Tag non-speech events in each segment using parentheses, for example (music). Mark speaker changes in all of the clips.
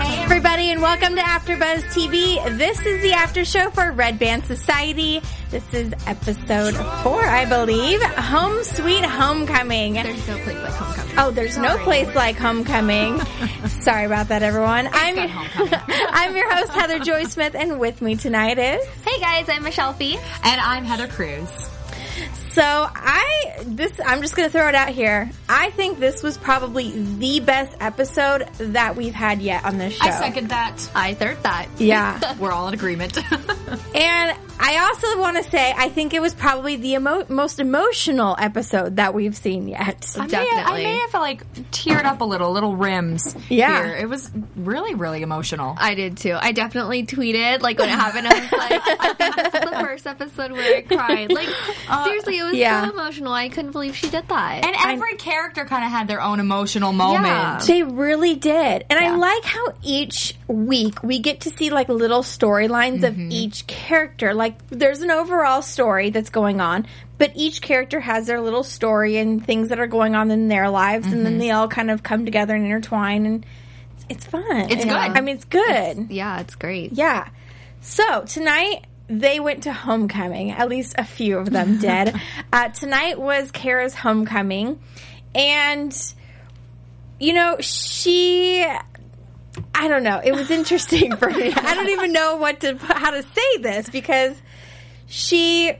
Speaker 1: Hey everybody and welcome to AfterBuzz TV. This is the after show for Red Band Society. This is episode four, I believe. Home Sweet Homecoming.
Speaker 2: There's no place like homecoming.
Speaker 1: Oh, there's no place like
Speaker 2: (laughs)
Speaker 1: homecoming. Sorry about that, everyone. I'm your, (laughs) I'm your host Heather Joy Smith, and with me tonight is
Speaker 3: Hey guys, I'm Michelle Fee.
Speaker 2: And I'm Heather Cruz.
Speaker 1: so I this I'm just gonna throw it out here. I think this was probably the best episode that we've had yet on this show.
Speaker 2: I second that.
Speaker 3: I third that.
Speaker 1: Yeah.
Speaker 2: (laughs) We're all in agreement.
Speaker 1: And I also want to say, I think it was probably the emo- most emotional episode that we've seen yet.
Speaker 2: I may,
Speaker 3: Definitely.
Speaker 2: I may have like teared up a little, little rims.
Speaker 1: Yeah.
Speaker 2: here. It was really, really emotional.
Speaker 3: I did too. I definitely tweeted like when it happened. I was like, I think this is the
Speaker 1: (laughs)
Speaker 3: first episode where I cried. Like seriously, it was
Speaker 1: Uh, yeah.
Speaker 3: so emotional. I couldn't believe she did that.
Speaker 2: and every character kind of had their own emotional moment.
Speaker 3: Yeah.
Speaker 1: They really did. And I like how each week we get to see like little storylines
Speaker 2: Mm-hmm.
Speaker 1: of each character. Like there's an overall story that's going on, but each character has their little story and things that are going on in their lives and
Speaker 2: Mm-hmm.
Speaker 1: then they all kind of come together and intertwine and it's- it's fun.
Speaker 2: It's
Speaker 1: Yeah.
Speaker 2: good.
Speaker 1: I mean, it's good.
Speaker 3: yeah, it's great.
Speaker 1: Yeah. So tonight they went to homecoming. At least a few of them did. uh, tonight was Kara's homecoming, and you know she. I don't know. It was interesting for me. I don't even know what to how to say this because she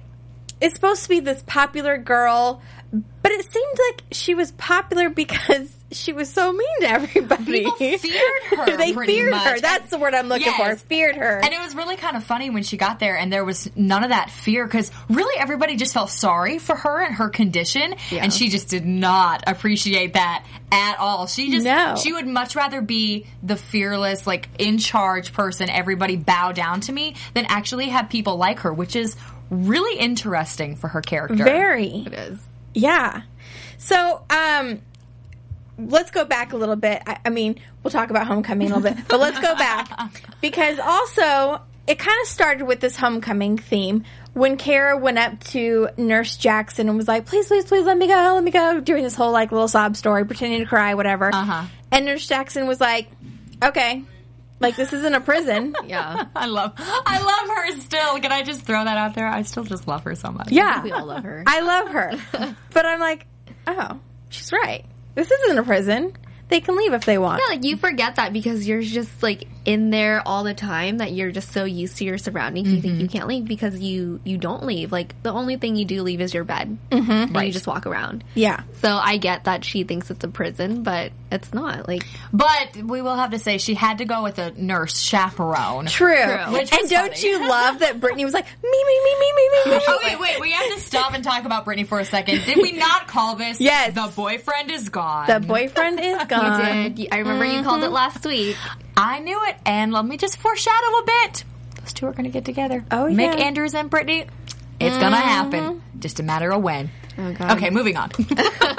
Speaker 1: is supposed to be this popular girl, but it seemed like she was popular because she was so mean to everybody.
Speaker 2: People feared
Speaker 1: (laughs)
Speaker 2: her,
Speaker 1: they
Speaker 2: pretty
Speaker 1: feared
Speaker 2: much.
Speaker 1: her. That's the word I'm looking for.
Speaker 2: Yes.
Speaker 1: Feared her.
Speaker 2: And it was really kind of funny when she got there and there was none of that fear because really everybody just felt sorry for her and her condition. And she just did not appreciate that at all. She just,
Speaker 1: No.
Speaker 2: she would much rather be the fearless, like in charge person, everybody bow down to me, than actually have people like her, which is really interesting for her character.
Speaker 1: Very.
Speaker 3: It is.
Speaker 1: Yeah. So, um, let's go back a little bit. I, I mean, we'll talk about homecoming a little bit, but let's go (laughs) back because also it kind of started with this homecoming theme when Kara went up to Nurse Jackson and was like, "Please, please, please, let me go, let me go," doing this whole like little sob story, pretending to cry, whatever.
Speaker 2: Uh-huh.
Speaker 1: And Nurse Jackson was like, "Okay, like this isn't a prison."
Speaker 3: Yeah.
Speaker 2: I love, I love her still. Can I just throw that out there? I still just love her so
Speaker 1: (laughs)
Speaker 2: much.
Speaker 1: yeah,
Speaker 3: We all love her.
Speaker 1: I love her, but I'm like, oh, she's right. This isn't a prison. They can leave if they want.
Speaker 3: Yeah, like you forget that because you're just like in there all the time that you're just so used to your surroundings you
Speaker 1: Mm-hmm.
Speaker 3: think you can't leave because you you don't leave like the only thing you do leave is your bed mm-hmm. and you just walk around
Speaker 1: Yeah.
Speaker 3: so i get that she thinks it's a prison but it's not like
Speaker 2: But we will have to say she had to go with a nurse chaperone.
Speaker 1: True.
Speaker 2: Which
Speaker 1: And
Speaker 2: was
Speaker 1: don't
Speaker 2: funny.
Speaker 1: you love that Brittany was like, me, me, me, me, me, me, me. (laughs)
Speaker 2: Oh wait, wait, we have to stop and talk about Brittany for a second. Did we not call this?
Speaker 1: Yes.
Speaker 2: the boyfriend is gone.
Speaker 1: The boyfriend is gone.
Speaker 3: did you- Uh, i remember you called
Speaker 2: Mm-hmm.
Speaker 3: it last week
Speaker 2: I knew it, and let me just foreshadow a bit. Those two are going to get together.
Speaker 1: Oh,
Speaker 2: Mick
Speaker 1: yeah. Uh-huh.
Speaker 2: Andrews and Brittany. It's going to happen. Just a matter of when.
Speaker 1: Oh,
Speaker 3: God.
Speaker 2: Okay,
Speaker 1: (laughs)
Speaker 2: moving on.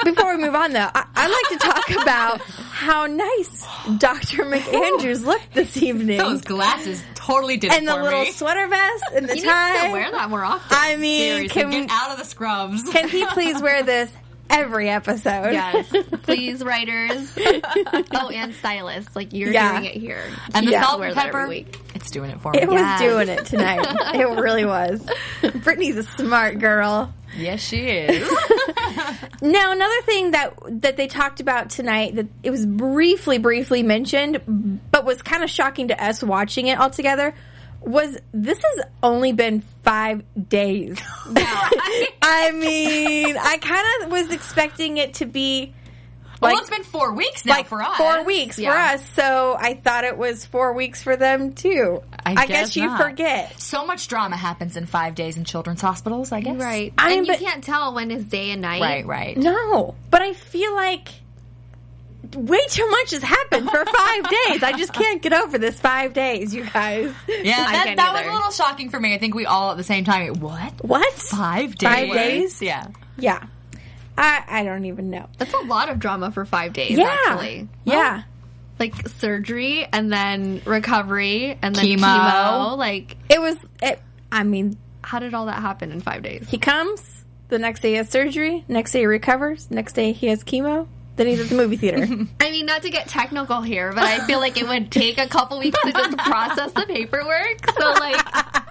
Speaker 1: Before we move on, though, I- I'd like to talk about how nice Dr. McAndrews looked this evening.
Speaker 2: Those glasses totally did
Speaker 1: and
Speaker 2: it
Speaker 1: the
Speaker 2: for
Speaker 1: little
Speaker 2: me.
Speaker 1: sweater vest and the
Speaker 3: you need
Speaker 1: tie.
Speaker 3: to wear that more often
Speaker 1: I mean,
Speaker 2: Seriously,
Speaker 1: can,
Speaker 2: get out of the scrubs.
Speaker 1: can he please wear this every episode?
Speaker 3: yes please writers
Speaker 2: (laughs)
Speaker 3: oh and stylists like you're
Speaker 1: Yeah.
Speaker 3: doing it here
Speaker 2: (laughs) and the
Speaker 1: Yeah.
Speaker 2: salt
Speaker 3: Wear
Speaker 2: and
Speaker 3: that every
Speaker 2: pepper.
Speaker 3: week.
Speaker 2: It's doing it
Speaker 1: (laughs)
Speaker 2: for
Speaker 1: It
Speaker 2: me.
Speaker 1: was
Speaker 3: Yes.
Speaker 1: doing it (laughs) tonight. It really was. Brittany's a smart girl.
Speaker 2: Yes, (laughs) she is.
Speaker 1: Now, another thing that that they talked about tonight that it was briefly, briefly mentioned, but was kind of shocking to us watching it all together, was this has only been five (laughs) days. (laughs) I mean, I kind of was expecting it to be Like,
Speaker 2: well, it's been four weeks now
Speaker 1: like
Speaker 2: for us.
Speaker 1: four weeks
Speaker 3: Yeah.
Speaker 1: for Oh, us. So I thought it was four weeks for them too. I, guess, you
Speaker 2: not.
Speaker 1: forget.
Speaker 2: So much drama happens in five days in children's hospitals. I guess.
Speaker 3: Right.
Speaker 1: I mean,
Speaker 3: and you
Speaker 1: but-
Speaker 3: can't tell when is day and night.
Speaker 2: Right. Right.
Speaker 1: No, but I feel like way too much has happened for
Speaker 3: (laughs)
Speaker 1: five days. I just can't get over this five days, you guys.
Speaker 2: Yeah,
Speaker 3: I
Speaker 2: that,
Speaker 3: can't
Speaker 2: that was
Speaker 3: either.
Speaker 2: a little shocking for me. I think we all at the same time. What?
Speaker 1: What?
Speaker 2: Five days?
Speaker 1: Five days?
Speaker 2: Yeah.
Speaker 1: Yeah. I, I don't even know.
Speaker 3: That's a lot of drama for five days,
Speaker 1: Yeah.
Speaker 3: actually.
Speaker 1: yeah.
Speaker 3: Like surgery and then recovery and then
Speaker 2: Chemo.
Speaker 3: chemo. Like,
Speaker 1: It was, it, I mean,
Speaker 3: how did all that happen in five days?
Speaker 1: he comes, the next day he has surgery, next day he recovers, next day he has chemo, then he's at the movie theater.
Speaker 3: (laughs) I mean, not to get technical here, but I feel like it would take a couple weeks
Speaker 2: (laughs)
Speaker 3: to just process the paperwork. So, like,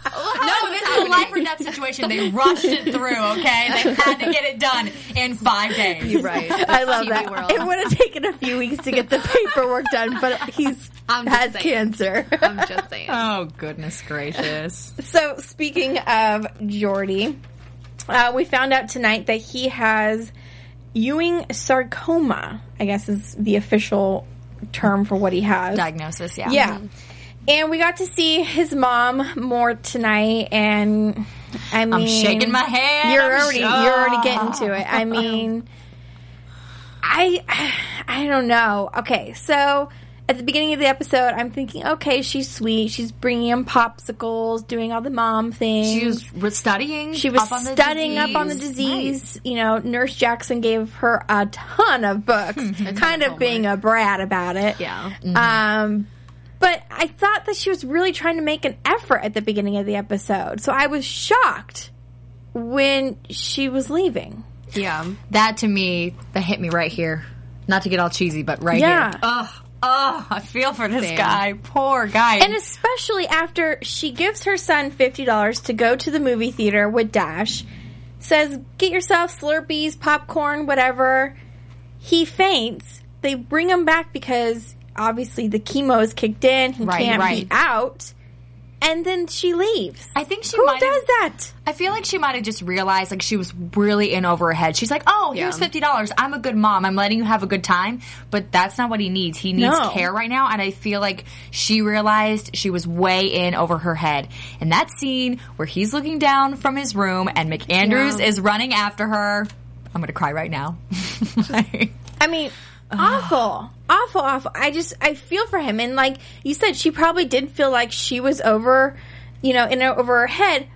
Speaker 2: No, this is a life or death situation. They rushed it through, okay? They had to get it done in five days.
Speaker 3: right.
Speaker 1: I love
Speaker 3: TV
Speaker 1: that.
Speaker 3: world.
Speaker 1: It would have taken a few weeks to
Speaker 3: (laughs)
Speaker 1: get the paperwork done, but he's
Speaker 3: I'm just
Speaker 1: has
Speaker 3: saying.
Speaker 1: cancer.
Speaker 3: I'm just saying.
Speaker 2: Oh, goodness gracious.
Speaker 1: So speaking of Jordy, uh, we found out tonight that he has Ewing sarcoma. I guess is the official term for what he has.
Speaker 2: Diagnosis, yeah.
Speaker 1: Yeah. And we got to see his mom more tonight, and I mean,
Speaker 2: I'm shaking my head.
Speaker 1: You're
Speaker 2: I'm
Speaker 1: already
Speaker 2: shocked.
Speaker 1: you're already getting to it.
Speaker 2: (laughs)
Speaker 1: I mean, I I don't know. Okay, so at the beginning of the episode, I'm thinking, okay, she's sweet. She's bringing him popsicles, doing all the mom things.
Speaker 2: She was re- studying.
Speaker 1: She was
Speaker 2: up on the
Speaker 1: studying up on the
Speaker 2: disease.
Speaker 1: disease. You know, Nurse Jackson gave her a ton of books, kind of being a brat about it.
Speaker 3: Yeah.
Speaker 1: Um, but I thought that she was really trying to make an effort at the beginning of the episode. So I was shocked when she was leaving.
Speaker 3: Yeah.
Speaker 2: That to me, that hit me right here. Not to get all cheesy, but right
Speaker 1: Yeah.
Speaker 2: here. Ugh. Ugh. I feel for this guy. Poor guy.
Speaker 1: And especially after she gives her son $50 to go to the movie theater with Dash, says, get yourself Slurpees, popcorn, whatever. He faints. They bring him back because obviously the chemo is kicked in. He
Speaker 2: Right,
Speaker 1: can't
Speaker 2: right.
Speaker 1: be out. And then she leaves.
Speaker 2: I think she
Speaker 1: Who
Speaker 2: might have-
Speaker 1: does that?
Speaker 2: I feel like she might have just realized like she was really in over her head. She's like, "Oh, here's
Speaker 3: Yeah.
Speaker 2: fifty dollars. I'm a good mom. I'm letting you have a good time." But that's not what he needs. He needs
Speaker 1: No.
Speaker 2: care right now. And I feel like she realized she was way in over her head. And that scene where he's looking down from his room and McAndrews is running after her. I'm gonna cry right now. (laughs)
Speaker 1: I mean, awful, awful, awful. I just I feel for him, and like you said, she probably did feel like she was over, you know, in over her head.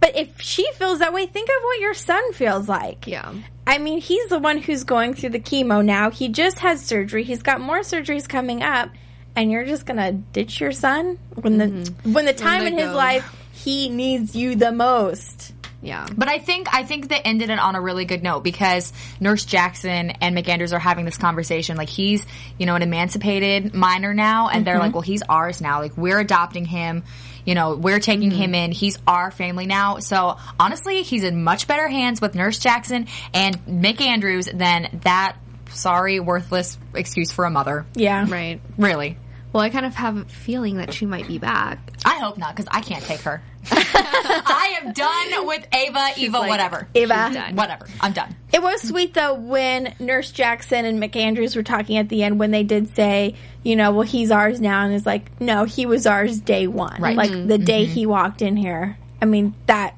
Speaker 1: But if she feels that way, think of what your son feels like.
Speaker 3: Yeah.
Speaker 1: I mean, he's the one who's going through the chemo now. He just had surgery. He's got more surgeries coming up, and you're just gonna ditch your son when the when the time
Speaker 3: Mm-hmm. they
Speaker 1: in his
Speaker 3: go.
Speaker 1: life he needs you the most.
Speaker 3: Yeah.
Speaker 2: But I think I think they ended it on a really good note because Nurse Jackson and McAndrews are having this conversation. Like he's, you know, an emancipated minor now, and they're like, well, he's ours now. Like we're adopting him. You know, we're taking him in. He's our family now. So honestly, he's in much better hands with Nurse Jackson and McAndrews than that sorry worthless excuse for a mother.
Speaker 1: Yeah,
Speaker 3: Right.
Speaker 2: Really,
Speaker 3: Well, I kind of have a feeling that she might be back.
Speaker 2: I hope not because I can't take her. (laughs) I am done with Ava, Eva,
Speaker 3: like,
Speaker 2: whatever,
Speaker 1: Eva.
Speaker 2: whatever. I'm done.
Speaker 1: It was sweet though when Nurse Jackson and McAndrews were talking at the end when they did say, you know, well he's ours now, and it's like, no, he was ours day one,
Speaker 2: Right.
Speaker 1: like the day he walked in here. I mean that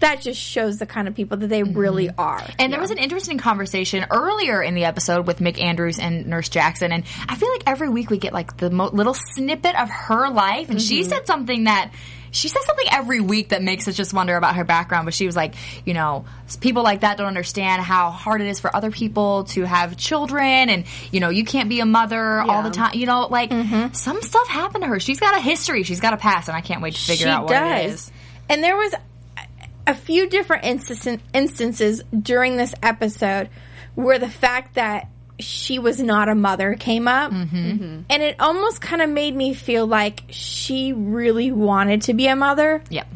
Speaker 1: that just shows the kind of people that they really are.
Speaker 2: And there was an interesting conversation earlier in the episode with Mick Andrews and Nurse Jackson, and I feel like every week we get like the mo- little snippet of her life, and she said something that. She says something every week that makes us just wonder about her background, but she was like, you know, s- people like that don't understand how hard it is for other people to have children and, you know, you can't be a mother all the time. You know, like some stuff happened to her. She's got a history, she's got a past, and I can't wait to figure out what it is.
Speaker 1: And there was a few different instan- instances during this episode where the fact that she was not a mother came up.
Speaker 2: Mm-hmm.
Speaker 1: And it almost kind of made me feel like she really wanted to be a mother.
Speaker 2: Yep.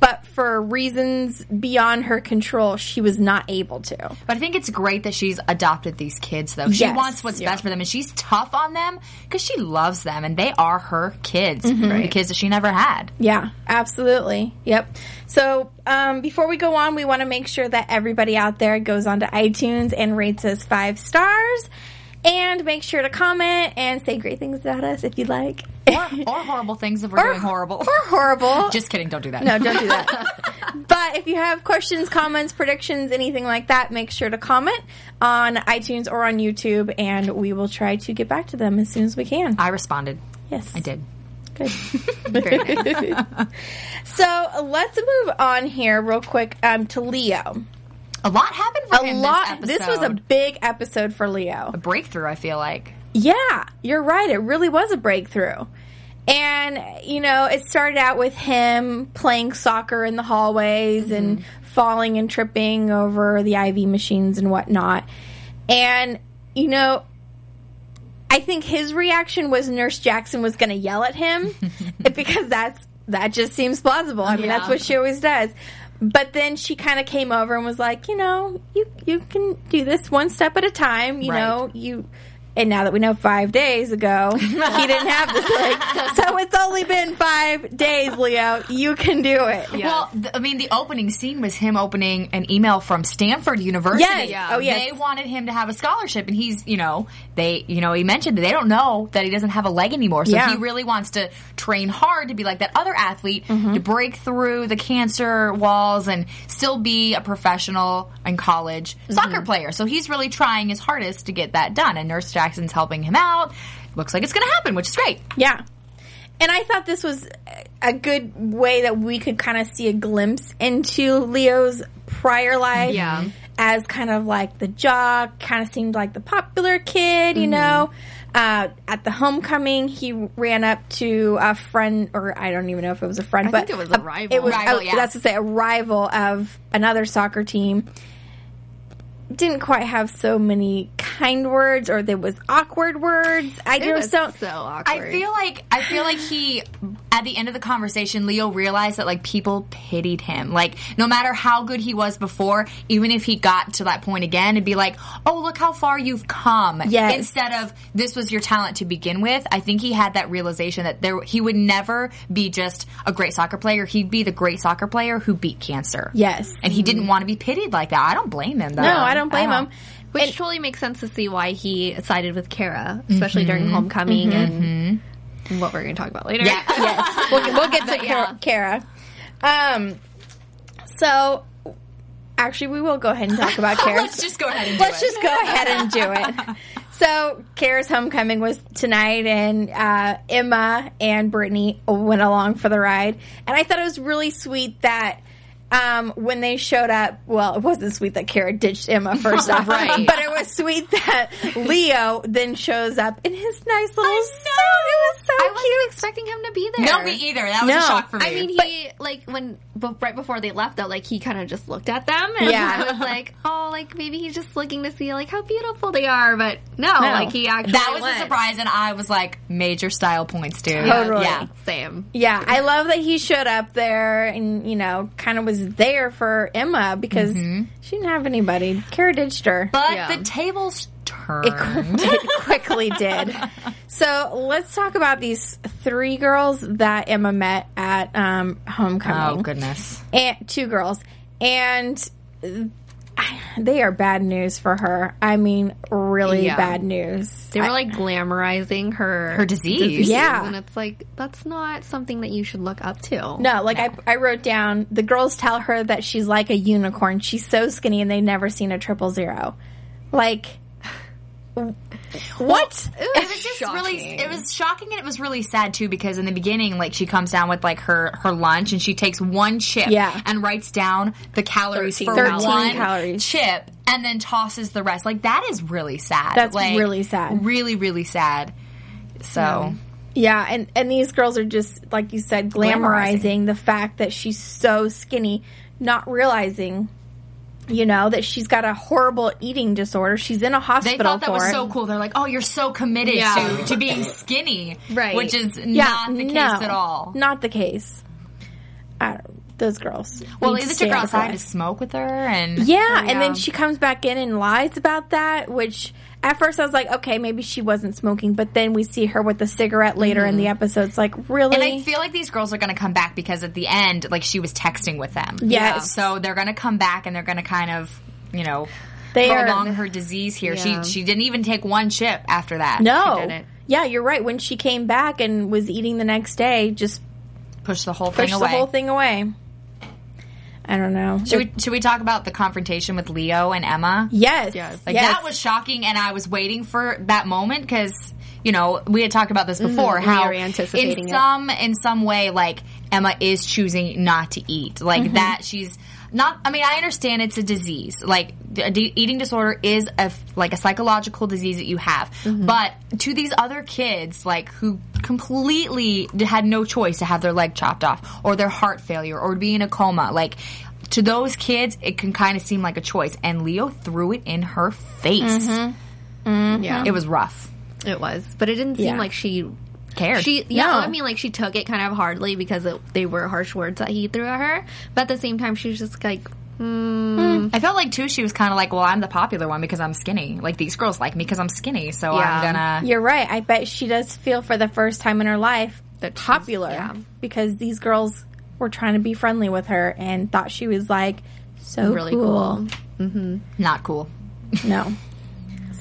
Speaker 1: But for reasons beyond her control, she was not able to.
Speaker 2: But I think it's great that she's adopted these kids, though. She
Speaker 1: Yes.
Speaker 2: wants what's best for them, and she's tough on them because she loves them, and they are her kids,
Speaker 1: Mm-hmm.
Speaker 2: the kids that she
Speaker 1: (laughs)
Speaker 2: never had.
Speaker 1: Yeah, absolutely. Yep. So um, before we go on, we want to make sure that everybody out there goes onto iTunes and rates us five stars. And make sure to comment and say great things about us if you'd like.
Speaker 2: Or, or horrible things if
Speaker 1: (laughs)
Speaker 2: we're doing horrible.
Speaker 1: Or (laughs) horrible.
Speaker 2: Just kidding, don't do that.
Speaker 1: No, don't do that. (laughs) but if you have questions, comments, predictions, anything like that, make sure to comment on iTunes or on YouTube, and we will try to get back to them as soon as we can.
Speaker 2: I responded.
Speaker 1: Yes,
Speaker 2: I did.
Speaker 1: Good. (laughs)
Speaker 3: Very nice.
Speaker 1: So let's move on here real quick um, to Leo.
Speaker 2: A lot happened
Speaker 1: A
Speaker 2: for him
Speaker 1: lot.
Speaker 2: this
Speaker 1: This,
Speaker 2: episode.
Speaker 1: was a big episode for Leo.
Speaker 2: a breakthrough, I feel like.
Speaker 1: Yeah, you're right. It really was a breakthrough. And, you know, it started out with him playing soccer in the hallways and
Speaker 2: Mm-hmm.
Speaker 1: falling and tripping over the IV machines and whatnot. And, you know, I think his reaction was Nurse Jackson was going to yell at
Speaker 2: (laughs)
Speaker 1: him because that's that just seems plausible. I mean, that's
Speaker 2: Yeah.
Speaker 1: what she always does. But then she kind of came over and was like, you know, you you can do this one step at a time. You
Speaker 2: Right.
Speaker 1: know, you. And now that we know five days ago, he didn't have this leg. So it's only been five days, Leo. You can do it.
Speaker 2: Well, th- I mean, the opening scene was him opening an email from Stanford University.
Speaker 1: Yes. Yeah. Oh, yes.
Speaker 2: They wanted him to have a scholarship, and he's, you know, they, you know, he mentioned that they don't know that he doesn't have a leg anymore. So
Speaker 1: Yeah.
Speaker 2: he really wants to train hard to be like that other athlete
Speaker 1: Mm-hmm.
Speaker 2: to break through the cancer walls and still be a professional and college
Speaker 1: Mm-hmm.
Speaker 2: soccer player. So he's really trying his hardest to get that done, and Nurse Jackson's helping him out. Looks like it's going to happen, which is great.
Speaker 1: Yeah. And I thought this was a good way that we could kind of see a glimpse into Leo's prior life.
Speaker 3: Yeah.
Speaker 1: As kind of like the jock, kind of seemed like the popular kid, you
Speaker 3: Mm-hmm.
Speaker 1: know. Uh, at the homecoming, he ran up to a friend, or I don't even know if it was a friend,
Speaker 3: I
Speaker 1: but
Speaker 3: think it was a rival.
Speaker 1: It was
Speaker 2: Rival,
Speaker 1: oh,
Speaker 2: yeah.
Speaker 1: that's to say a rival of another soccer team. Didn't quite have so many kind words, or there was awkward words. I
Speaker 3: It
Speaker 1: just
Speaker 3: was
Speaker 1: don't.
Speaker 3: so awkward.
Speaker 2: I feel like I feel like he at the end of the conversation, Leo realized that like people pitied him. Like no matter how good he was before, even if he got to that point again, it'd be like, "Oh, look how far you've come."
Speaker 1: Yes.
Speaker 2: Instead of this was your talent to begin with, I think he had that realization that there he would never be just a great soccer player. He'd be the great soccer player who beat cancer.
Speaker 1: Yes.
Speaker 2: And he Oh. didn't want to be pitied like that. I don't blame him though.
Speaker 1: No, I don't blame him.
Speaker 3: Which totally makes sense to see why he sided with Kara,
Speaker 2: Mm-hmm.
Speaker 3: especially during homecoming and what we're going to talk about later. (laughs)
Speaker 2: Yeah.
Speaker 1: yes, we'll, we'll
Speaker 2: (laughs)
Speaker 1: get to Kara. Kara. Um, so actually, we will go ahead and talk about Kara.
Speaker 2: (laughs) Let's just go ahead and do
Speaker 1: Let's
Speaker 2: it.
Speaker 1: just go ahead and do it. So Kara's homecoming was tonight, and uh, Emma and Brittany went along for the ride, and I thought it was really sweet that. Um, when they showed up, well, it wasn't sweet that Kara ditched Emma first off,
Speaker 3: Right.
Speaker 1: but it was sweet that Leo then shows up in his nice little suit. It was so
Speaker 3: I
Speaker 1: cute.
Speaker 3: wasn't expecting him to be there.
Speaker 2: No, me either. That was
Speaker 1: No.
Speaker 2: a shock for me.
Speaker 3: I mean, he like when but right before they left, though, like he kind of just looked at them, and
Speaker 1: Yeah.
Speaker 3: I (laughs) was like, oh, like maybe he's just looking to see like how beautiful they are, but no, like he actually
Speaker 2: That was
Speaker 3: went.
Speaker 2: a surprise, and I was like, major style points, dude.
Speaker 3: Yeah,
Speaker 1: Totally.
Speaker 3: yeah, same.
Speaker 1: Yeah, I love that he showed up there and, you know, kind of was there for Emma because she didn't have anybody. Kara ditched her.
Speaker 2: But
Speaker 3: Yeah.
Speaker 2: the tables
Speaker 1: (laughs)
Speaker 2: turned.
Speaker 1: it quickly did. So let's talk about these three girls that Emma met at um, homecoming.
Speaker 2: oh, goodness.
Speaker 1: And two girls. And uh, they are bad news for her. I mean, really
Speaker 3: Yeah.
Speaker 1: bad news.
Speaker 3: They were like glamorizing her
Speaker 2: Her disease.
Speaker 1: Yeah.
Speaker 3: and it's like that's not something that you should look up to.
Speaker 1: No, like I, I wrote down the girls tell her that she's like a unicorn. She's so skinny and they've never seen a triple zero. Like what?
Speaker 2: It was just really, it was shocking and it was really sad too because in the beginning, like she comes down with like her, her lunch and she takes one chip
Speaker 1: Yeah.
Speaker 2: and writes down the calories
Speaker 3: 13
Speaker 2: for
Speaker 3: calories.
Speaker 2: one
Speaker 1: 13 calories.
Speaker 2: chip and then tosses the rest. Like that is really sad.
Speaker 1: That's
Speaker 2: like,
Speaker 1: really sad.
Speaker 2: Really, really sad. So,
Speaker 1: Yeah, and and these girls are just like you said glamorizing, the fact that she's so skinny, not realizing you know that she's got a horrible eating disorder. She's in a
Speaker 2: They
Speaker 1: hospital
Speaker 2: thought that
Speaker 1: for
Speaker 2: was
Speaker 1: it.
Speaker 2: so cool. They're like, "Oh, you're so committed
Speaker 3: Yeah.
Speaker 2: to, to being skinny,"
Speaker 3: Right.
Speaker 2: Which is not the case
Speaker 1: no,
Speaker 2: at all.
Speaker 1: Not the case. I don't, those girls.
Speaker 2: Well,
Speaker 1: need
Speaker 2: they
Speaker 1: to
Speaker 2: took
Speaker 1: stay
Speaker 2: her
Speaker 1: out of her
Speaker 2: outside Oh, to
Speaker 1: life.
Speaker 2: smoke with her, and
Speaker 1: Yeah, and
Speaker 3: yeah.
Speaker 1: then she comes back in and lies about that, which at first I was like, okay, maybe she wasn't smoking, but then we see her with the cigarette later in the episode. It's like, really?
Speaker 2: Mm-hmm. and I feel like these girls are going to come back because at the end, like she was texting with them.
Speaker 1: Yes.
Speaker 2: so they're going to come back and they're going to kind of, you know,
Speaker 1: They are-
Speaker 2: prolong her disease here.
Speaker 3: Yeah.
Speaker 2: She she didn't even take one chip after that.
Speaker 3: She did
Speaker 1: No.
Speaker 3: it.
Speaker 1: Yeah, you're right. When she came back and was eating the next day, just
Speaker 2: push the whole
Speaker 1: pushed
Speaker 2: thing away.
Speaker 1: the whole thing away. I don't know.
Speaker 2: Should we should we talk about the confrontation with Leo and Emma?
Speaker 1: yes.
Speaker 3: Yes.
Speaker 2: Like
Speaker 1: yes.
Speaker 2: that was shocking, and I was waiting for that moment because you know we had talked about this
Speaker 1: Mm-hmm.
Speaker 2: before.
Speaker 3: we
Speaker 2: how
Speaker 3: were anticipating
Speaker 2: in
Speaker 3: it.
Speaker 2: some in some way, like Emma is choosing not to eat, like
Speaker 3: Mm-hmm.
Speaker 2: that she's not. I mean, I understand it's a disease. Like the de- eating disorder is a f- like a psychological disease that you have,
Speaker 3: Mm-hmm.
Speaker 2: but to these other kids, like who completely d- had no choice to have their leg chopped off or their heart failure or be in a coma, like to those kids, it can kind of seem like a choice. And Leo threw it in her face.
Speaker 3: Mm-hmm. Yeah,
Speaker 2: It was rough.
Speaker 3: it was, but it didn't seem
Speaker 1: Yeah.
Speaker 3: like she
Speaker 2: Cared.
Speaker 3: She, yeah,
Speaker 1: No.
Speaker 3: I mean, like she took it kind of hardly because it, they were harsh words that he threw at her. But at the same time, she was just like,
Speaker 2: I felt like too. She was kind of like, "Well, I'm the popular one because I'm skinny. Like these girls like me because I'm skinny. So
Speaker 3: Yeah.
Speaker 2: I'm gonna."
Speaker 1: You're right. I bet she does feel for the first time in her life
Speaker 3: That she's-
Speaker 1: popular
Speaker 3: yeah.
Speaker 1: because these girls were trying to be friendly with her and thought she was like so
Speaker 3: Really
Speaker 1: cool.
Speaker 2: Not cool.
Speaker 1: (laughs) No.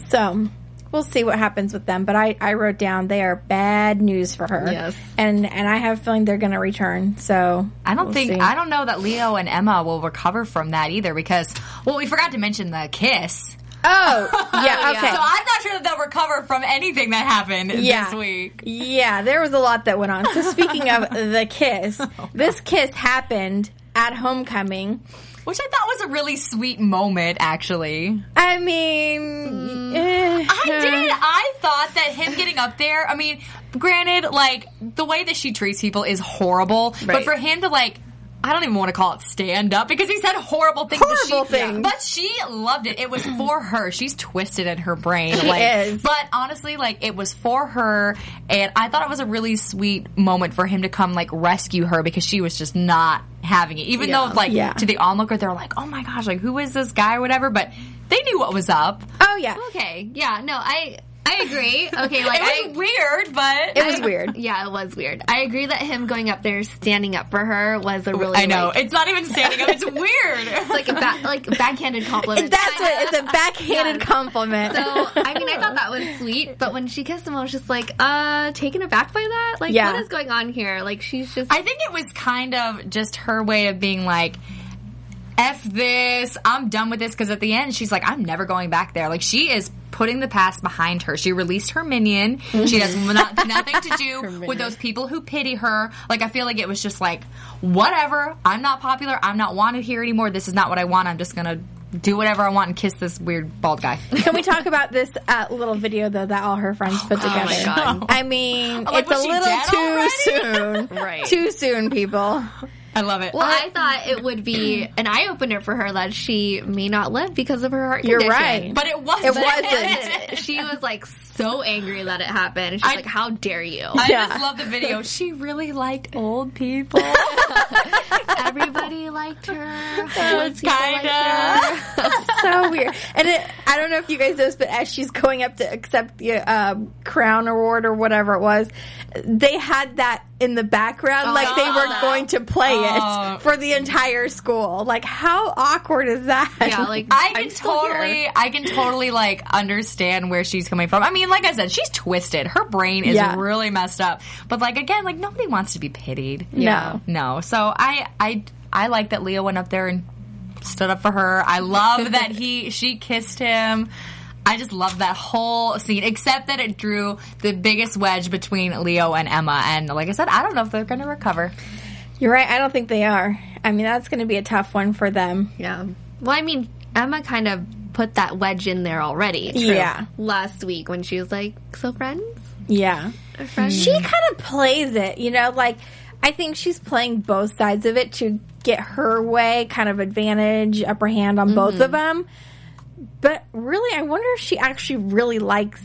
Speaker 1: So we'll see what happens with them. But I, I wrote down they are bad news for her.
Speaker 3: Yes.
Speaker 1: And and I have a feeling they're gonna return. So
Speaker 2: I don't
Speaker 1: we'll
Speaker 2: think
Speaker 1: see.
Speaker 2: I don't know that Leo and Emma will recover from that either because well, we forgot to mention the kiss.
Speaker 1: Oh (laughs) yeah, okay.
Speaker 2: So I'm not sure that they'll recover from anything that happened
Speaker 1: yeah.
Speaker 2: this week.
Speaker 1: Yeah, there was a lot that went on.
Speaker 2: (laughs)
Speaker 1: So speaking of the kiss,
Speaker 2: Oh.
Speaker 1: this kiss happened at homecoming.
Speaker 2: Which I thought was a really sweet moment, actually.
Speaker 1: I mean, eh.
Speaker 2: Mm. I did. I thought that him getting up there, I mean, granted, like, the way that she treats people is horrible, but
Speaker 3: Right.
Speaker 2: for him to, like, I don't even want to call it stand up because he said horrible things.
Speaker 1: Horrible
Speaker 2: but she,
Speaker 1: things.
Speaker 2: But she loved it.
Speaker 1: (clears throat)
Speaker 2: It was for her. She's twisted in her brain. She like,
Speaker 1: is.
Speaker 2: But honestly, like it was for her, and I thought it was a really sweet moment for him to come like rescue her because she was just not having it. Even
Speaker 3: Yeah.
Speaker 2: though like
Speaker 1: Yeah.
Speaker 2: to the onlooker, they're like, "Oh my gosh, like who is this guy or whatever," but they knew what was up.
Speaker 1: Oh yeah,
Speaker 3: okay, yeah, no, I, I agree.
Speaker 1: (laughs)
Speaker 3: Okay, like I,
Speaker 2: it was weird, but
Speaker 1: it was weird.
Speaker 3: (laughs) yeah, it was weird. I agree that him going up there, standing up for her, was a really,
Speaker 2: I know
Speaker 3: like,
Speaker 2: it's not even standing up. It's (laughs) weird.
Speaker 3: like a ba- like backhanded
Speaker 1: (laughs)
Speaker 3: compliment.
Speaker 1: That's what it's a backhanded compliment.
Speaker 3: So I mean, I thought that was sweet, but when she kissed him, I was just like, uh, taken aback by that. Like,
Speaker 1: Yeah.
Speaker 3: what is going on here? Like, she's just.
Speaker 2: I think it was kind of just her way of being like. F this. I'm done with this. Because at the end, she's like, I'm never going back there. Like, she is putting the past behind her. She released her minion. She (laughs) has not, nothing to do with those people who pity her. Like, I feel like it was just like, whatever. I'm not popular. I'm not wanted here anymore. This is not what I want. I'm just going to do whatever I want and kiss this weird bald guy.
Speaker 1: (laughs) Can we talk about this uh, little video though that all her friends
Speaker 2: Oh,
Speaker 1: put together?
Speaker 3: my God.
Speaker 1: I mean,
Speaker 2: like,
Speaker 1: it's
Speaker 2: was
Speaker 1: a
Speaker 2: she
Speaker 1: little
Speaker 2: dead
Speaker 1: too
Speaker 2: already?
Speaker 1: soon.
Speaker 2: (laughs)
Speaker 3: Right.
Speaker 1: Too soon, people.
Speaker 2: (laughs) I love it.
Speaker 3: Well, I thought it would be an eye opener for her that she may not live because of her heart
Speaker 1: You're
Speaker 3: condition.
Speaker 1: right.
Speaker 2: but it
Speaker 1: It
Speaker 2: wasn't. (laughs)
Speaker 1: wasn't.
Speaker 3: But (laughs) she was like so angry that it happened. She's like, "How dare you?"
Speaker 2: I
Speaker 1: Yeah.
Speaker 2: just love the (laughs) video. She really liked old people.
Speaker 3: (laughs) Everybody liked her.
Speaker 2: Kinda.
Speaker 1: so weird. And it, I don't know if you guys noticed, but as she's going up to accept the uh, crown award or whatever it was, they had that in the background, like they were
Speaker 3: God.
Speaker 1: going to play
Speaker 2: Oh.
Speaker 1: it for the entire school. Like, how awkward is that?
Speaker 3: Yeah, like
Speaker 2: I
Speaker 3: I'm
Speaker 2: can
Speaker 3: still here.
Speaker 2: totally, I can totally like understand where she's coming from. I mean, like I said, she's twisted. Her brain is
Speaker 1: Yeah.
Speaker 2: really messed up. But like again, like nobody wants to be pitied.
Speaker 1: (laughs) No.
Speaker 2: no. So I, I, I like that Leo went up there and stood up for her. I love that (laughs) he, she kissed him. I just love that whole scene, except that it drew the biggest wedge between Leo and Emma. And like I said, I don't know if they're going to recover.
Speaker 1: You're right. I don't think they are. I mean, that's going to be a tough one for them.
Speaker 3: Yeah. Well, I mean, Emma kind of put that wedge in there already.
Speaker 1: Yeah.
Speaker 3: Last week when she was like, "So friends,
Speaker 1: Yeah.
Speaker 3: We're friends."
Speaker 1: She kind of plays it, you know, like I think she's playing both sides of it to get her way, kind of advantage, upper hand on
Speaker 2: Mm-hmm.
Speaker 1: both of them. But really, I wonder if she actually really likes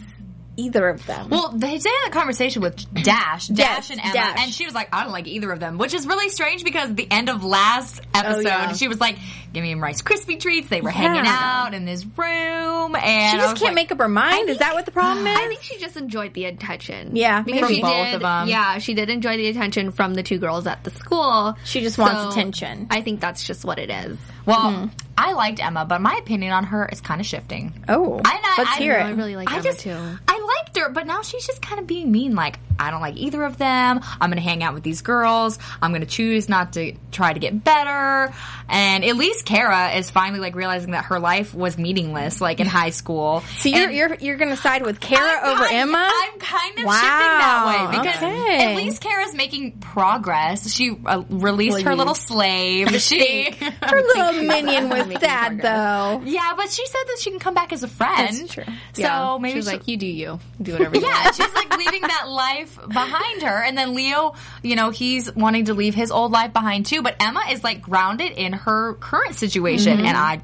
Speaker 1: either of them.
Speaker 2: Well, they did have a conversation with Dash, Dash
Speaker 1: Yes,
Speaker 2: and Emma,
Speaker 1: Dash.
Speaker 2: and she was like, "I don't like either of them," which is really strange because the end of last episode,
Speaker 3: yeah.
Speaker 2: she was like, "Give me Rice Krispie treats." They were hanging
Speaker 1: Oh, Yeah.
Speaker 2: out in this room, and
Speaker 1: she
Speaker 2: I
Speaker 1: just
Speaker 2: was
Speaker 1: can't
Speaker 2: like,
Speaker 1: make up her mind. Is that what the problem is?
Speaker 3: I think she just enjoyed the attention.
Speaker 1: Yeah,
Speaker 3: because
Speaker 1: maybe.
Speaker 3: she
Speaker 2: From both
Speaker 3: did,
Speaker 2: of 'em.
Speaker 3: Yeah, she did enjoy the attention from the two girls at the school.
Speaker 1: She just wants attention.
Speaker 3: I think that's just what it is.
Speaker 1: Mm-hmm.
Speaker 2: Well, I liked Emma, but my opinion on her is kind of shifting.
Speaker 1: Oh,
Speaker 2: I, I,
Speaker 1: let's
Speaker 2: I,
Speaker 1: hear
Speaker 3: I
Speaker 1: it.
Speaker 3: really like
Speaker 2: I
Speaker 3: Emma
Speaker 2: just,
Speaker 3: too.
Speaker 2: I liked her, but now she's just kind of being mean. Like, I don't like either of them. I'm gonna hang out with these girls. I'm gonna choose not to try to get better. And at least Kara is finally like realizing that her life was meaningless, like in high school.
Speaker 1: so you're
Speaker 2: And-
Speaker 1: you're you're gonna side with Kara
Speaker 2: I'm
Speaker 1: over
Speaker 2: kind-
Speaker 1: Emma?
Speaker 2: I'm kind of shifting
Speaker 1: Wow,
Speaker 2: that way because
Speaker 1: okay.
Speaker 2: at least Kara's making progress. She uh, released her
Speaker 3: Please.
Speaker 2: little slave. She, (laughs)
Speaker 1: Her little minion was sad though.
Speaker 2: yeah, but she said that she can come back as a friend.
Speaker 1: That's true.
Speaker 2: So
Speaker 3: yeah.
Speaker 2: maybe
Speaker 3: she was
Speaker 2: she'll-
Speaker 3: like, you do you, do whatever. you want.
Speaker 2: yeah, she's like leaving that life behind her. And then Leo, you know, he's wanting to leave his old life behind too. But Emma is like grounded in her current situation,
Speaker 1: Mm-hmm.
Speaker 2: and I,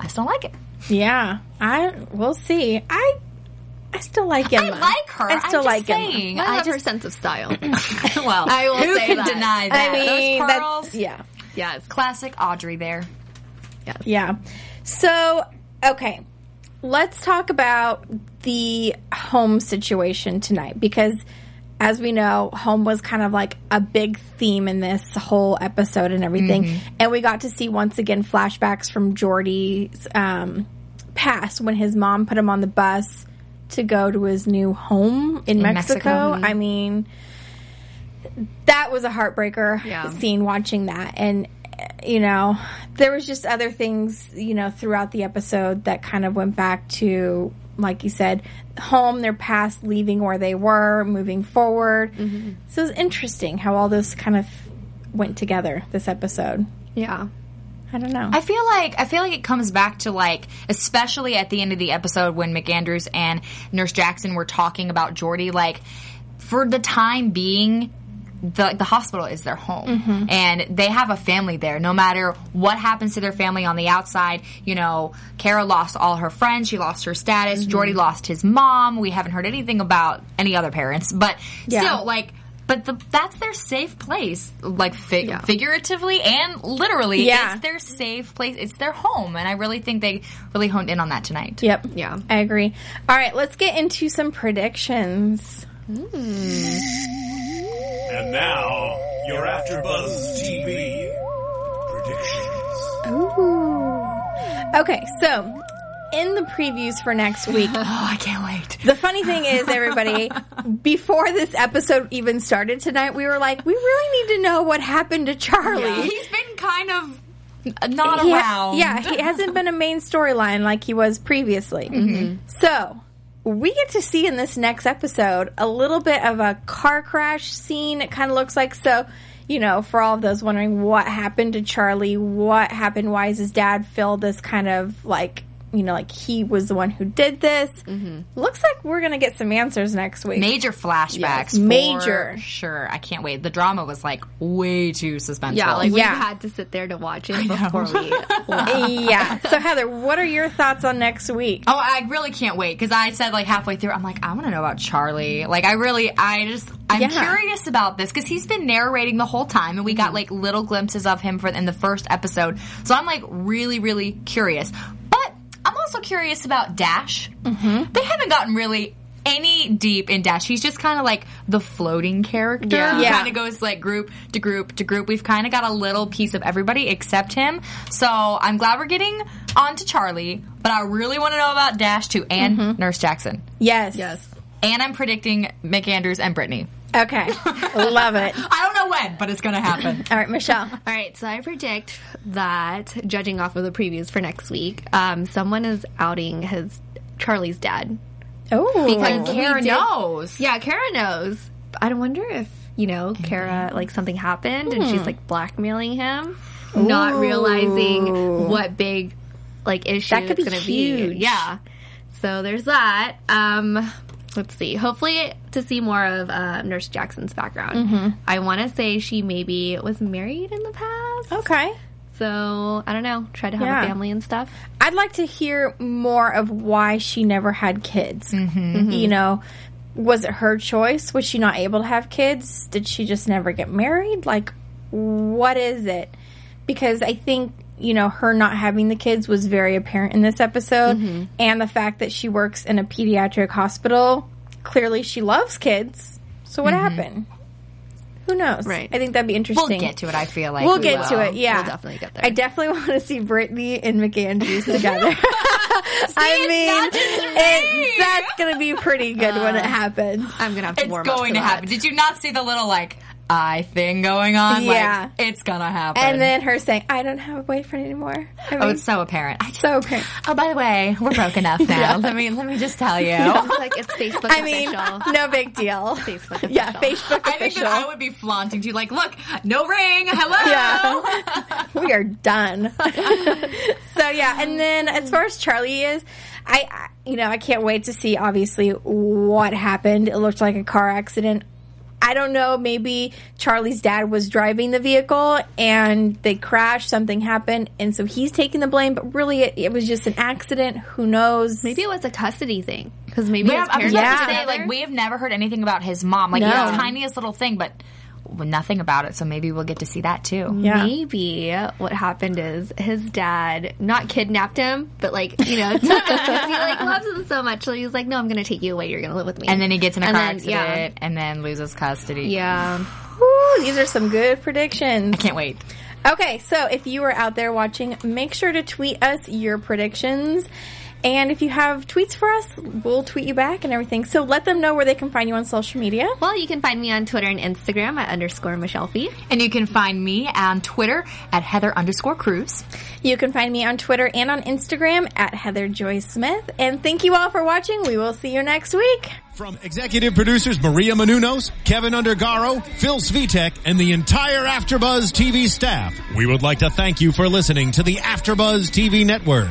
Speaker 2: I just don't like it.
Speaker 1: Yeah, I we'll see. I I still like Emma.
Speaker 2: I like her.
Speaker 1: I still
Speaker 2: am
Speaker 1: like
Speaker 2: just
Speaker 1: Emma. (laughs)
Speaker 2: saying. (laughs)
Speaker 3: I
Speaker 2: I
Speaker 3: love her
Speaker 2: just
Speaker 3: sense of style.
Speaker 2: well,
Speaker 3: I will
Speaker 2: who
Speaker 3: say
Speaker 2: can
Speaker 3: that.
Speaker 2: deny
Speaker 1: I
Speaker 2: that?
Speaker 1: mean,
Speaker 2: Those
Speaker 1: that's
Speaker 2: pearls.
Speaker 1: yeah,
Speaker 3: yes.
Speaker 2: Classic Audrey there.
Speaker 1: yeah. So okay, let's talk about the home situation tonight because. As we know, home was kind of like a big theme in this whole episode and everything.
Speaker 2: Mm-hmm.
Speaker 1: And we got to see once again flashbacks from Jordy's um, past when his mom put him on the bus to go to his new home in,
Speaker 2: Mexico. mm-hmm.
Speaker 1: Mexico. I mean, that was a heartbreaker
Speaker 3: Yeah.
Speaker 1: scene watching that and eh, you know there was just other things you know throughout the episode that kind of went back to like you said home their past leaving where they were moving forward
Speaker 3: Mm-hmm.
Speaker 1: so it's interesting how all those kind of went together this episode
Speaker 3: Yeah.
Speaker 1: i don't know
Speaker 2: I feel like I feel like it comes back to like, especially at the end of the episode when McAndrews and Nurse Jackson were talking about Jordy. Like, for the time being, the the hospital is their home, and they have a family there. No matter what happens to their family on the outside, you know, Kara lost all her friends. She lost her status. Jordy lost his mom. We haven't heard anything about any other parents, but still, like. But the, that's their safe place, like fi-
Speaker 3: Yeah.
Speaker 2: figuratively and literally.
Speaker 1: Yeah.
Speaker 2: It's their safe place. It's their home. And I really think they really honed in on that tonight.
Speaker 1: yep
Speaker 3: Yeah.
Speaker 1: i agree all right let's get into some predictions
Speaker 4: And now, your AfterBuzz TV predictions.
Speaker 1: okay so in the previews for next week
Speaker 2: (laughs) Oh, I can't wait.
Speaker 1: The funny thing is,
Speaker 2: (laughs)
Speaker 1: everybody, before this episode even started tonight, we were like, we really need to know what happened to Charlie.
Speaker 2: He's been kind of not
Speaker 1: He ha-
Speaker 2: around.
Speaker 1: yeah, he hasn't been a main storyline like he was previously. So, we get to see in this next episode a little bit of a car crash scene, it kind of looks like. So, you know, for all of those wondering what happened to Charlie, what happened, why is his dad feel this kind of like, you know, like he was the one who did this. Looks like we're going to get some answers next week.
Speaker 2: Major flashbacks.
Speaker 1: Yes,
Speaker 2: for
Speaker 1: major.
Speaker 2: Sure. I can't wait. The drama was like way too suspenseful.
Speaker 3: Yeah, like we
Speaker 1: Yeah.
Speaker 3: had to sit there to watch it before we.
Speaker 1: (laughs) yeah. So Heather, what are your thoughts on next week?
Speaker 2: Oh, I really can't wait because I said like halfway through, I'm like, I want to know about Charlie. Like, I really, I just, I'm
Speaker 1: Yeah.
Speaker 2: curious about this because he's been narrating the whole time, and we got like little glimpses of him for in the first episode. So I'm like really, really curious. But I'm also curious about Dash. Mm-hmm. They haven't gotten really any deep in Dash. He's just kind of like the floating character.
Speaker 3: Yeah.
Speaker 1: Yeah.
Speaker 2: Kind of goes like group to group to group. We've kind of got a little piece of everybody except him. So I'm glad we're getting on to Charlie, but I really want to know about Dash too and Nurse Jackson.
Speaker 1: Yes.
Speaker 3: yes.
Speaker 2: And I'm predicting McAndrews and Brittany.
Speaker 1: Okay. Love it.
Speaker 2: I don't know when, but it's going to happen.
Speaker 1: All right, Michelle.
Speaker 3: All right, so I predict that, judging off of the previews for next week, um, someone is outing his Charlie's dad.
Speaker 1: Oh,
Speaker 3: Because we
Speaker 2: Kara
Speaker 3: did-
Speaker 2: knows.
Speaker 3: Yeah, Kara knows. I wonder if you know Kara like something happened and
Speaker 1: Hmm.
Speaker 3: she's like blackmailing him, not realizing what big like issue
Speaker 1: That could
Speaker 3: it's
Speaker 1: be
Speaker 3: going to
Speaker 1: huge.
Speaker 3: be. Yeah. So there's that. Um, let's see. Hopefully to see more of uh, Nurse Jackson's background.
Speaker 1: Mm-hmm.
Speaker 3: I want to say she maybe was married in the past.
Speaker 1: okay.
Speaker 3: So I don't know. Try to have
Speaker 1: Oh. Yeah.
Speaker 3: a family and stuff.
Speaker 1: I'd like to hear more of why she never had kids.
Speaker 2: Mm-hmm.
Speaker 1: You know, was it her choice? Was she not able to have kids? Did she just never get married? Like, what is it? Because I think, you know, her not having the kids was very apparent in this episode.
Speaker 2: Mm-hmm.
Speaker 1: And the fact that she works in a pediatric hospital, clearly she loves kids. So, what happened? Who knows?
Speaker 3: Right.
Speaker 1: I think that'd be
Speaker 2: Mm-hmm. We'll
Speaker 1: interesting.
Speaker 2: get to it. I feel like
Speaker 1: We'll
Speaker 2: We
Speaker 1: get
Speaker 2: will.
Speaker 1: to it. Yeah,
Speaker 3: We'll definitely get there.
Speaker 1: I definitely (laughs) want to see Brittany and McAndrews
Speaker 2: (laughs)
Speaker 1: together. I mean, it, that's gonna be pretty good when
Speaker 2: Uh,
Speaker 1: it happens.
Speaker 3: I'm gonna have to
Speaker 2: It's
Speaker 3: warm
Speaker 2: going to
Speaker 3: up.
Speaker 2: happen. Did you not see the little like eye thing going on?
Speaker 1: Yeah.
Speaker 2: like, it's gonna happen.
Speaker 1: And then her saying, "I don't have a boyfriend anymore." I mean,
Speaker 2: oh, it's so apparent. I just,
Speaker 1: so great.
Speaker 2: (laughs) oh, by the way, we're broken up now. Let me let me just tell you.
Speaker 3: It's (laughs)
Speaker 1: (laughs)
Speaker 3: like it's Facebook
Speaker 1: I mean,
Speaker 3: official.
Speaker 1: no big deal.
Speaker 2: (laughs)
Speaker 3: Facebook
Speaker 1: Yeah,
Speaker 3: official.
Speaker 1: Facebook
Speaker 2: I think
Speaker 1: official.
Speaker 2: that I would be flaunting to you, like, look, no ring. Hello.
Speaker 1: we are done. (laughs) so yeah, and then as far as Charlie is, I I- you know I can't wait to see obviously what happened. It looked like a car accident. I don't know. Maybe Charlie's dad was driving the vehicle and they crashed. Something happened, and so he's taking the blame. But really, it, it was just an accident. Who knows?
Speaker 3: Maybe it was a custody thing because maybe
Speaker 2: Yeah,
Speaker 3: his
Speaker 2: I was
Speaker 3: parents
Speaker 2: about
Speaker 1: Yeah.
Speaker 2: to say, like, we have never heard anything about his mom. Like,
Speaker 1: No.
Speaker 2: the tiniest little thing, but nothing about it. So maybe we'll get to see that too.
Speaker 1: Yeah.
Speaker 3: Maybe what happened is his dad not kidnapped him, but like you
Speaker 2: (laughs)
Speaker 3: know, (laughs) took him 'cause he like loves him so much. So he was like, "No, I'm gonna take you away. You're gonna live with me."
Speaker 2: And then he gets in a car
Speaker 3: then- yeah.
Speaker 2: accident and then loses custody.
Speaker 3: Yeah,
Speaker 1: Ooh, these are some good predictions.
Speaker 2: I can't wait.
Speaker 1: Okay, so if you are out there watching, make sure to tweet us your predictions. And if you have tweets for us, we'll tweet you back and everything. So let them know where they can find you on social media.
Speaker 3: Well, you can find me on Twitter and Instagram at underscore Michelle Fee.
Speaker 2: And you can find me on Twitter at Heather underscore Cruz.
Speaker 1: You can find me on Twitter and on Instagram at Heather Joy Smith. And thank you all for watching. We will see you next week.
Speaker 4: From executive producers Maria Manunos, Kevin Undergaro, Phil Svitek, and the entire Afterbuzz TV staff, we would like to thank you for listening to the Afterbuzz TV network.